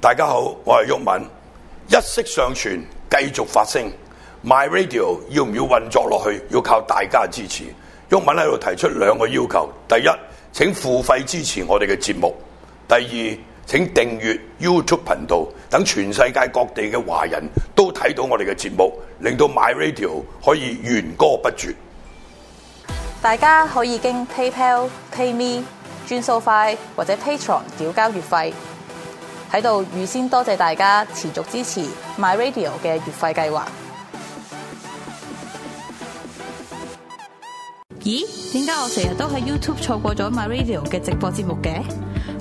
大家好，我係毓民，一息尚存，繼續發聲。My Radio 要唔要運作落去，要靠大家支持。毓民喺度提出兩個要求：第一，請付費支持我哋嘅節目；第二，請訂閱 YouTube 頻道，等全世界各地嘅華人都睇到我哋嘅節目，令到 My Radio 可以源歌不絕。大家可以經 PayPal、PayMe、轉數快或者 Patron 繳交月費。喺度預先多謝大家持續支持 My Radio 嘅月費計劃。咦？點解我成日都喺 YouTube 錯過咗 My Radio 嘅直播節目嘅？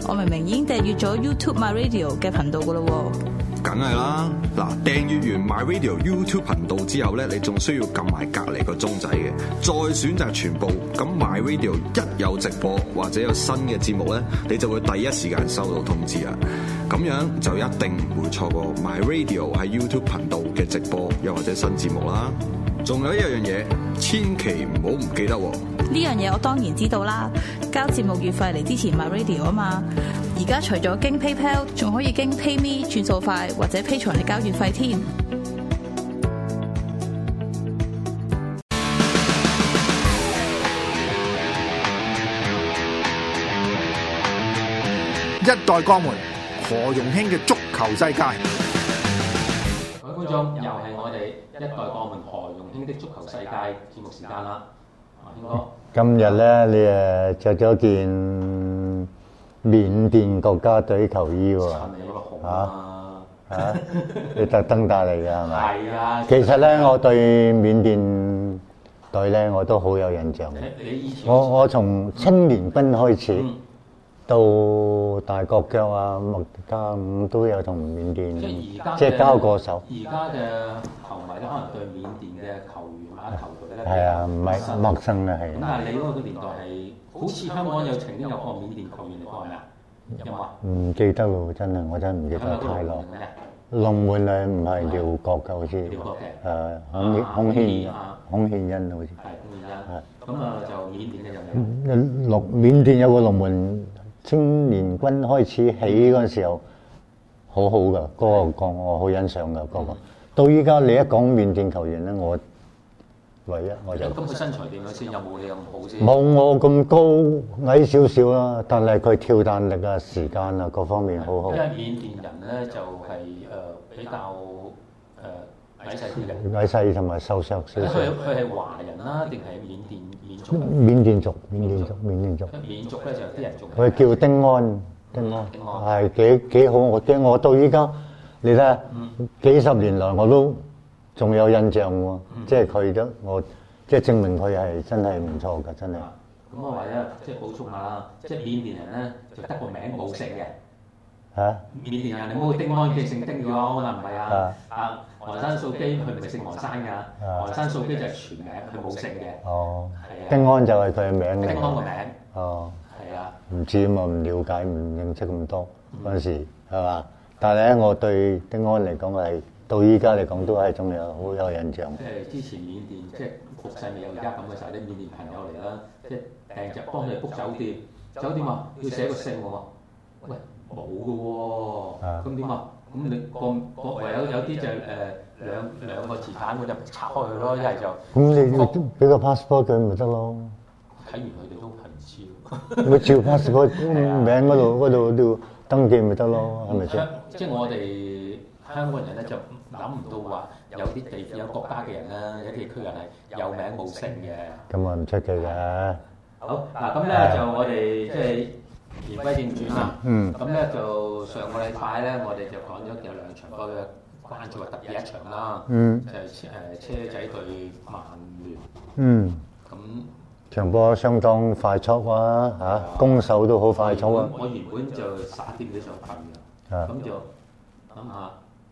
我明明已經訂閱咗 YouTube My Radio 嘅頻道噶咯喎。梗係啦，嗱訂閱完 My Radio YouTube 頻道之後咧，你仲需要撳埋隔離個鐘仔嘅，再選擇全部。咁 My Radio 一有直播或者有新嘅節目咧，你就會第一時間收到通知啊！咁樣就一定唔會錯過 My Radio 喺 YouTube 頻道嘅直播，又或者新節目啦。仲有一樣嘢，千祈唔好唔記得喎！呢樣嘢我當然知道啦，交節目月費嚟之前買 radio 啊嘛。而家除咗經 PayPal，仲可以經 PayMe 轉數快或者 Patreon 嚟交月費添。一代江門何容興嘅足球世界，各位觀眾，又係我哋一代鋼門何容興的足球世界節目時間啦。啊，興哥，今日咧，你誒着咗件緬甸國家隊球衣 喎，係咪有個紅啊？啊你特登帶嚟嘅係咪？係啊，其實咧，我對緬甸隊咧，我都好有印象嘅。你你以前我我從青年軍開始嗯，到大國腳啊、麥加咁都有同緬甸即係而家嘅即係交過手。而家嘅球迷咧，可能對緬甸嘅球員啊、球隊咧，係啊，唔係陌生嘅咁係。啊但係你嗰個年代係，好似香港有曾經有個緬甸球員嚟過係咪啊？有冇啊？唔記得喎，真係我真係唔記係咪得嗰個太耐。龍門嘅？龍門誒唔係廖國嘅好似，廖國誒啊孔顯孔顯孔顯恩好似。係咁而家，咁啊就緬甸嘅又嗯有。六緬甸有個龍門青年軍開始起嗰陣時候，好好噶，嗰、個個我好欣賞噶嗰、個。到依家你一講緬甸球員咧，我唯一我就咁佢身材點樣先？有冇你咁好先？冇我咁高矮少少啦，但係佢跳彈力啊、時間啊各方面好好因為，緬甸人咧就係、誒、比較誒、矮細啲嘅，矮細同埋瘦削少佢少。佢係啊華人啦，定係緬甸緬族人？緬甸族，緬甸族，緬甸族。緬族咧就有啲人仲佢叫丁安，丁安丁安係幾幾好，我驚我到依家，你睇下幾十年來我都仲有印象喎，即係佢都我即係證明佢係真係唔錯㗎，真係。咁我話咧，即係補充下啦，即係緬甸人咧就得個名冇姓嘅。嚇緬甸人你冇丁安記姓丁嘅咯，可能唔係啊啊？啊，昂山素基佢唔係姓昂山㗎，昂山素基就係全名，佢冇姓嘅。哦，係丁安就係佢嘅啊，名丁安個嚟。名哦，係啊，唔知嘛，唔了解，唔認識咁多嗰陣時係嘛？但係咧，我對丁安嚟講係到依家嚟講都係仲有好有印象。即係之前緬甸即係局勢未有而家咁嘅時候，啲緬甸朋友嚟啦，即係訂就幫佢哋 book 酒店，酒店話要寫個姓喎，喂冇嘅喎，咁點啊？咁你個個唯有有啲就誒兩兩個字反，我就拆開佢咯，一係就咁你俾個 passport 佢咪得咯？睇完佢哋都係唔知喎。咪照 passport 名嗰度嗰度都要登記咪得咯，係咪先香？ 即係我哋香港人咧就諗唔到話有啲地有國家嘅人啦，有啲地區人係有名冇姓嘅。咁啊唔出奇嘅。好嗱，咁咧就我哋即係言歸正傳啦。嗯。咁咧就上個禮拜咧，我哋就講咗有兩場波嘅關注，特別一場啦。嗯。就係誒車仔對曼聯。嗯，咁場波相當快速啊，嚇、攻守都好快速啊。我原本就十一點幾想瞓嘅，啊咁就諗下要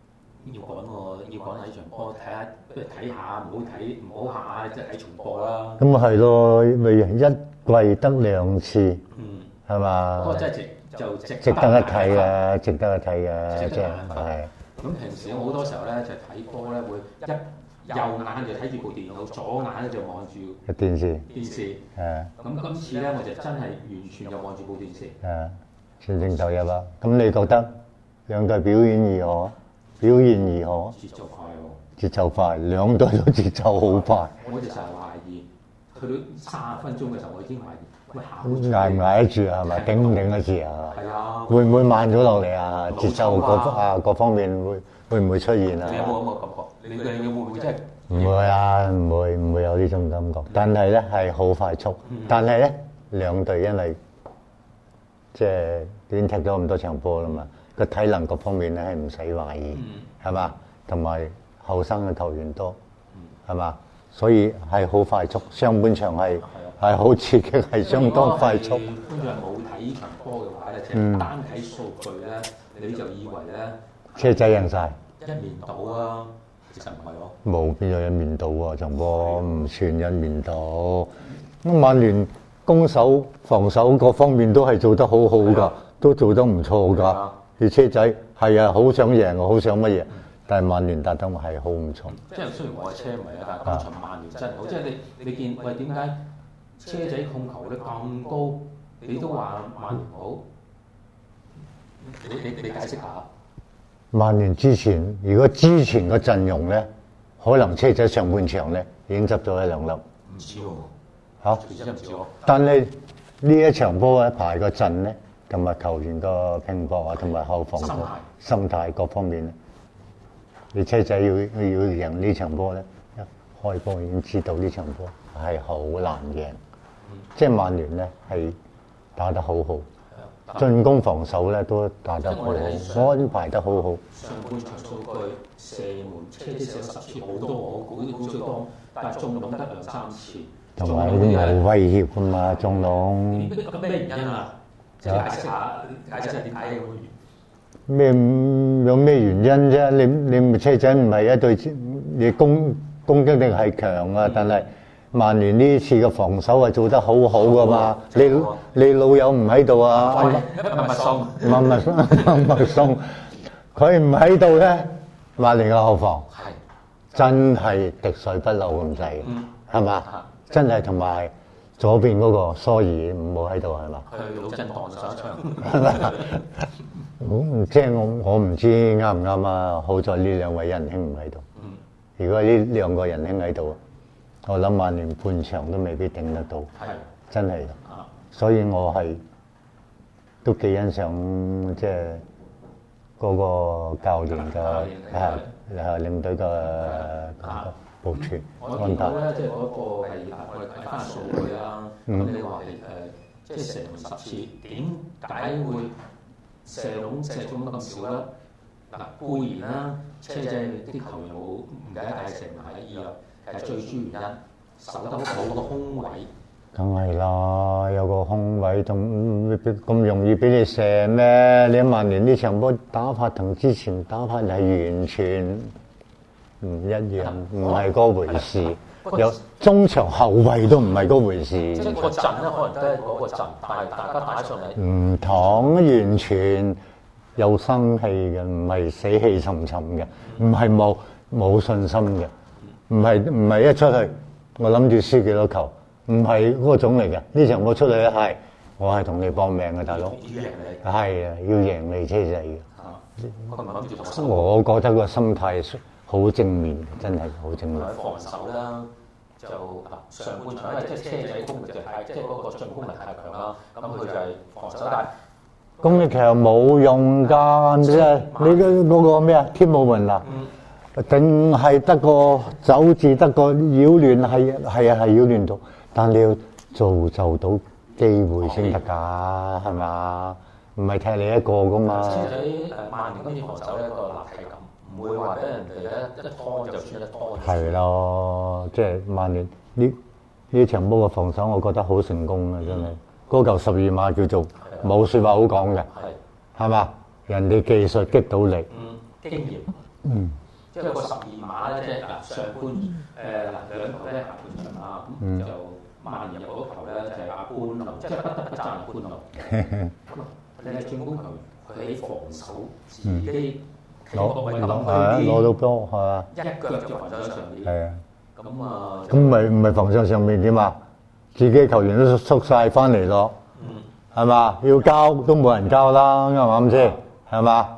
講個要講下呢場波，睇下不如睇下，唔好睇唔好下即係睇重播啦。咁啊係咯，咪一季得兩次，嗯，係不過嘛？真係值就值啊值得一睇啊！嘅，值得一睇嘅，值即得係眼瞓係咁平時我好多時候咧就睇波咧會一右眼就睇住部電腦，左眼咧就望住電視電視。誒咁今次咧我就真係完全就望住部電視。誒，全程投入啦。咁你覺得誒、兩隊表演如何？表現如何？節奏快喎！節奏快，兩隊都節奏好快，我哋成日懷疑，去到三十分鐘嘅時候，我已經懷疑，喂下個捱唔捱得住啊？係咪頂唔頂得住啊？係啊，會唔會慢咗落嚟啊？冇錯節奏各啊啊各方面會會唔會出現你有啊？冇咁嘅感覺？你哋會唔會真係？唔會啊，唔會唔會有呢種感覺。但係咧係好快速，但係咧兩隊因為即係已經踢咗咁多場波啦嘛，個體能各方面咧係唔使懷疑，係嘛？同埋後生嘅球員多，係嘛？所以係好快速，上半場係係好刺激，係相當快速。嗯如果係冇睇呢場波嘅話咧，即係單睇數據咧，你就以為咧車仔贏晒，一面倒啊，其實唔係喎。冇邊有一面倒啊？場波唔算一面倒。咁曼聯攻守、防守各方面都係做得好好係㗎啊，都做得唔係錯㗎啊。而車仔係啊，好想贏，好想乜嘢，但係曼聯達登係好唔錯。即係雖然我係車迷啊，但係今場曼聯真係好，即係你你見喂點解車仔控球率咁高，你都話曼聯好？你你你解釋下，曼聯之前如果之前個陣容咧，可能車仔上半場咧已經執咗一兩粒唔知喎，嚇。其實真係唔知喎。但係呢一場波咧排個陣咧，同埋球員個拼搏啊，同埋後防個心態各方面咧，你車仔要要贏呢場波咧，一開波已經知道呢場波係好難贏，即係曼聯咧係打啊得好好，進攻防守咧都打得好好，安排得好好。上半場數據射門車仔射咗十次好多，我估估最多，但係中籠得兩三次。同埋都冇威脅噶嘛，中你籠咁咩原因啊？即係解釋下，解釋下點解會咩有咩原因啫？你你咪車仔唔係一隊，你攻攻擊力係強啊，但係曼聯呢次嘅防守係做得好好噶嘛。你你老友唔喺度啊？阿麥一密密送，麥麥麥麥松，佢唔喺度咧，曼聯嘅後防係真係滴水不漏咁滯嘅，係嘛？真係同埋左邊嗰個蘇爾唔好喺度係嘛？佢老震盪上一場。 嗯咁即係我我唔知啱唔啱啊！好在呢兩位仁兄唔喺度。如果呢兩個仁兄喺度，我諗曼聯半場都未必頂得到，係真係。啊，所以我係都幾欣賞即係嗰個教練嘅教練啊啊領隊嘅啊部署我安嗯見排到。咧，即係嗰個係我哋睇翻數據啦。咁你話係誒，即係射門十次，點解會射籠射中得咁少咧？嗱，固然啦，車仔啲球員冇唔記得嗌射埋一二啦，係最主原因守得好個空位。梗係啦，有個空位仲咁容易俾你射咩？你曼聯呢場波打法同之前打法係完全唔一樣，唔係嗰 回事。有中場後衞都唔係嗰回即事係，個陣咧，可能都係嗰個陣，但係大家打上嚟，唔同完全有生氣嘅，唔係死氣沉沉嘅，唔係冇冇信心嘅，唔係唔係一出去我諗住輸幾多球，唔係嗰種嚟嘅。呢場我出去係我係同你搏命嘅，大佬。要贏你係啊，要贏你車仔嘅。嚇。佢唔諗住同守，我覺得個心態好正面，真係好正面同。埋防守啦。就啊上半場因為即係車仔攻力就太，即係嗰個進攻力太強啦。咁佢就係防守，但係咁你其實冇用㗎，即係你嗰嗰個咩啊？天武雲啊，定係得個走字，得個擾亂，係係啊係擾亂到，但你要造就到機會先得㗎，係嘛？唔係踢你一個㗎嘛。車仔誒曼聯今次防守咧個立體感，唔會話俾人哋咧一拖就算一拖。係咯，即係曼聯呢呢場波嘅防守，我覺得好成功啊！真係嗰嚿十二碼叫做冇説話好講嘅，係係嘛？人哋技術擊到你，嗯經驗，嗯，即係個十二碼咧，即係嗱上半誒嗱兩球咧下半場啊，咁就曼聯入嗰球咧就係阿官奴，即係不得不讚阿官奴。你係進攻球員，佢喺防守自己攞攞攞係啊攞到波係嘛？一腳就防守上面，係啊，咁啊咁咪唔係防守上面點啊？自己球員都縮晒翻嚟咯，係嘛？要交都冇人交啦，啱唔啱先？係嘛？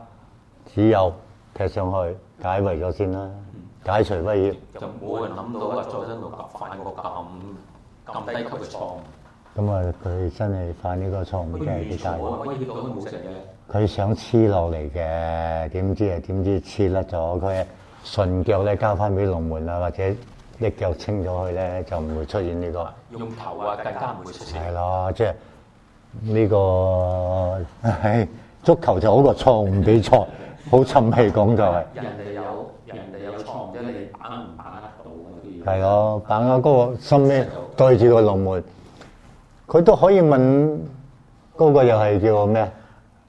只有踢上去解圍咗先啦，解除威脅。就冇人諗到啊，佐真奴夾犯個咁咁低級嘅錯誤，咁啊，佢真係犯呢個錯誤，佢啊真係幾完大全冇鑊。威脅到佢冇成嘅。佢想黐落嚟嘅，點知啊？點知黐甩咗，佢順腳咧交翻俾龍門啊，或者一腳清咗佢咧，就唔會出現呢、個。用頭啊，更加唔會出係聲。咯，即係呢個唉足球就好過錯誤比賽，好沉氣講就係、人哋有人哋有錯誤啫，你把握唔把握得到啊嘛都要。係咯，把握嗰個心咧對住個龍門，佢都可以問嗰、個又係叫咩？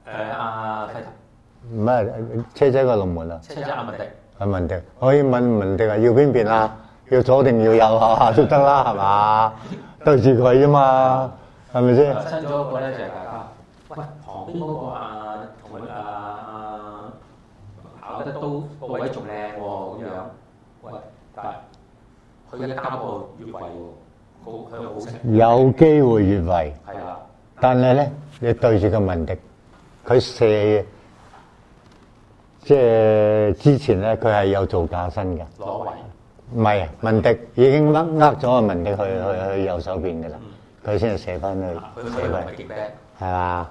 誒阿睇唔係車仔個龍門啊！車仔阿文迪，阿文迪可以問文迪啊，要邊邊啊？要左定要右啊？ 都得啦，係嘛？對住佢啫嘛，係咪先？新咗嗰個咧就係大家。喂，旁邊嗰個阿同佢阿阿跑得都個位仲靚喎，咁樣。喂，但係佢一交個越位喎，好佢好成。有機會越位，係啊啦，但係咧，你對住個文迪，佢射即係之前咧，佢係有做假身嘅。攞位。唔係，文迪已經呃呃咗阿文迪去去去右手邊嘅啦，佢先係射翻去啊佢射佢唔係位，勁叻，係嘛？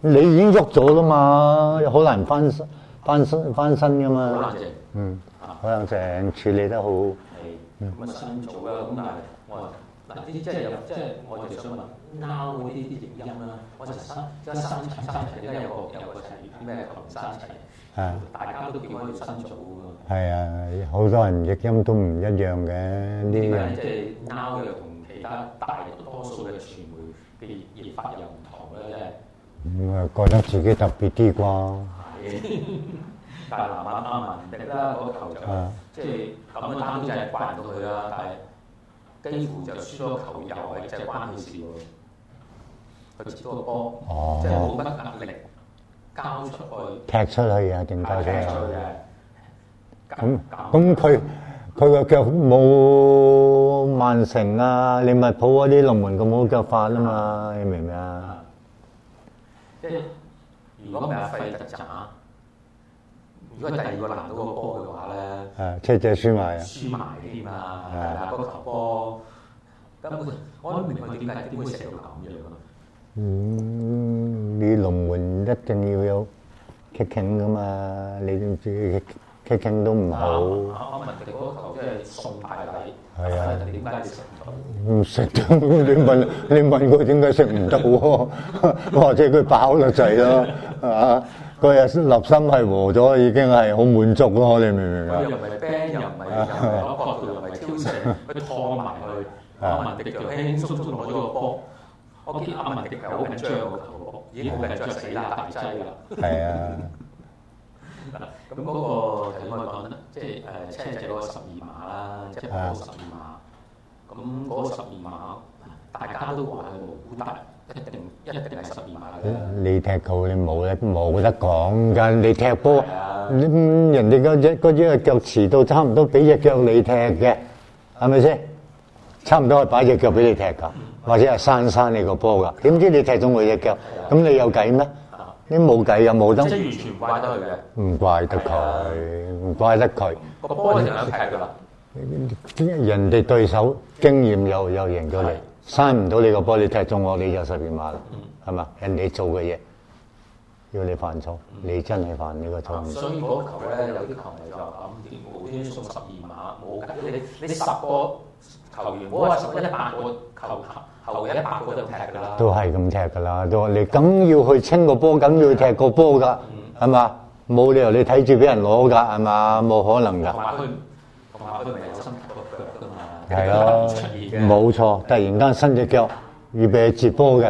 你已經喐咗啦嘛，好難翻身翻身翻身噶嘛。好冷靜。嗯，啊可能成處理得好，係咁啊新組啦，咁但係我嗱啲即係有即係我就想問 now 呢啲影音啦，我就生即係生齊生齊，而家有個有個齊咩群生齊啊，大家都叫佢新組㗎係啊，好多人譯音都唔一樣嘅呢點樣解。即係 now 又同其他大多數嘅傳媒嘅譯法又唔同咧？ 咁啊，覺得自己特別啲啩，即 係但係南亞阿文 迪啦，嗰球就啊即係咁嘅單就係怪唔到佢啦，但係幾乎就輸咗球又係就係關佢事喎。佢接嗰個波，哦即係冇乜壓力交出去，踢出去啊，定交係出踢去出啊？去嘅。咁咁咁佢佢個腳冇曼城啊、利物浦嗰啲龍門咁好腳法啊嘛，你明唔明啊？即係如果唔係費特渣，如果第二個攔到個波嘅話咧。誒，啊車仔輸埋啊！輸埋添啊！係啦，個球波根本我都唔明佢點解點會射到咁樣啊！嗯，你龍門一定要有 kicking 噶嘛，你知唔知 kicking 都唔好，啊阿文迪嗰球即係送大禮，係啊點解你食唔到？唔食得。你問你問佢點解食唔到喎？ 或者佢飽得滯咯，係嘛？嗰日立心係和咗，已經係好滿足咯，你明唔明啊？又唔係 band，又唔係又唔係攞角度，又唔係挑射，佢拖埋去。啊阿文迪就輕輕鬆鬆攞咗個波。我見阿文迪係好緊張個球波，已經好緊張死啦，大劑啦。係啊。咁嗰個頭先我講啦，即係誒車仔嗰個十二碼啊啦，即係嗰個十二碼。咁嗰個十二碼，大家都話佢無辜，但一定一定係十二碼嘅。你踢球你冇得冇得講㗎，你踢波係啊，你嗯人哋嗰只嗰只腳遲到差唔多俾只腳你踢嘅，係咪先？差唔多係擺只腳俾你踢㗎，或者係閂閂你個波㗎。點知你踢中佢只腳，咁你有計咩？你冇計啊，冇得即係完全唔怪得佢嘅。唔怪得佢，唔怪得佢。個波就兩踢㗎啦，人哋對手經驗又又贏咗你係，閂唔到你個波，你踢中我，你就十二碼啦，係嘛？人哋做嘅嘢要你犯錯，你真係犯呢個錯誤。啊所以嗰球咧有啲球迷就話啊咁點無端送十二碼冇計，你你十個球員，我話十一百個球後嘅一百個都踢㗎啦。都係咁踢噶啦，都你梗要去清個波，梗要踢個波噶，係嘛？冇理由你睇住俾人攞噶，係嘛？冇可能同噶，埋佢同埋佢唔係有心踢個腳㗎嘛，係佢咯突然出現，嘅。冇錯。突然間伸只腳預備接波嘅，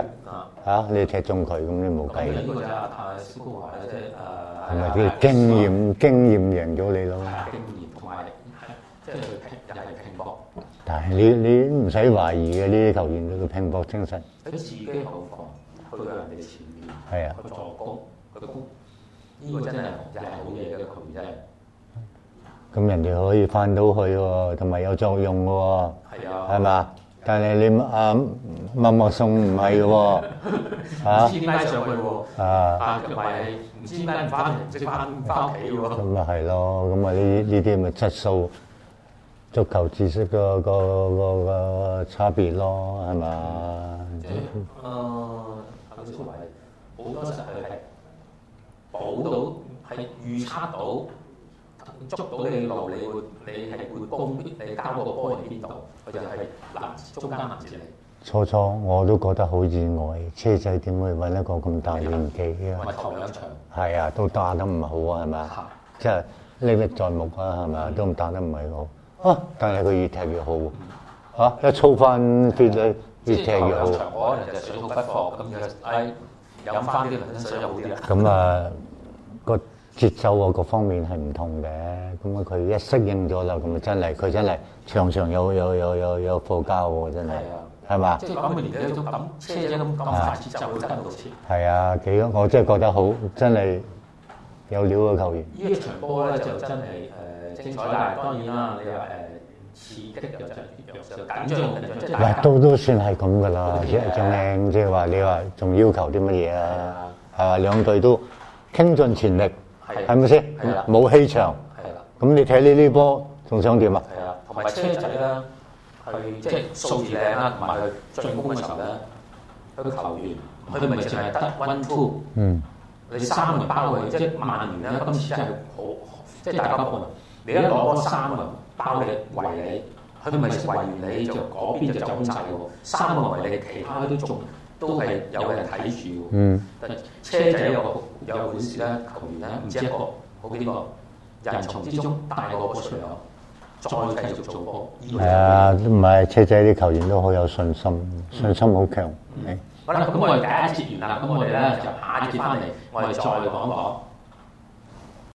啊嚇、你踢中佢，咁你冇計咁呢個嘅，就係阿泰斯高華咧，即係呃誒係咪？啲經驗經驗贏咗你咯。啊經驗同埋即係佢拼又係拼搏，但係你你唔使懷疑嘅，呢啲球員佢嘅拼搏精神佢自己後防去到人哋前面，係啊佢助攻，佢攻呢個真係又係好嘢嘅球員真係。咁人哋可以翻到去喎，同埋有作用嘅喎，係啊係嘛？但係你啊默默送唔係 嘅唔喎知嚇點解上去喎，啊！啊，同埋係唔知點解唔翻嚟，唔識翻翻屋企喎。咁咪係咯，咁啊呢呢啲咪質素足球知識個個個個差別咯，係嘛？誒，頭先話好多時候佢係保到，係預測到，捉到你路，你會你係會攻，你交個波喺邊度，佢就係攔中間攔截你，初初我都覺得好意外，車仔點會揾一個咁大年紀咪嘅？頭兩場係啊，都打得唔好啊，係咪？嚇。嗯即係歷歷在目啊，係咪？都打得唔係好啊，但係佢越踢越好嚇、啊一操翻 fit 越踢越好。我可能就水土不服，咁就唉飲翻啲涼水就好啲啦。咁啊個節奏啊各方面係唔同嘅，咁啊佢一適應咗啦，咁啊真係佢真係場場有有有有有課交喎，真係係啊係嘛即？係講佢年紀都咁車仔咁咁快節奏會跟到前。係啊，幾個我真係覺得好真係有料嘅球員，呢一場波咧就真係誒精彩啦！當然啦，你話誒刺激又就又就緊張又緊張，即係大喂家啊都都算係咁噶啦，即係仲靚，即係話你話仲要求啲乜嘢啊？係嘛，兩隊都傾盡全力，係啊係咪先係啦？冇氣場，係啦，咁你睇呢啲波仲想點啊？係啦，同埋車仔咧，佢即係數字靚啦，同埋佢進攻嘅時候咧，佢球員佢咪淨係得 one two。嗯，你三輪包佢，即係曼聯咧，今次真係好，即係大家望，你一攞嗰三輪包你圍你，佢咪圍完你就嗰邊就走晒喎，三個圍你，其他都仲都係有人睇住喎。嗯，但係車仔有個有個本事咧，球員咧唔知一個好幾個人從之中帶個波出嚟咯，再繼續做波。係啊，唔係車仔啲球員都好有信心，信心好嗯強。係好啦，咁我哋第一節完啦，咁我哋咧就下一節翻嚟，我哋再講講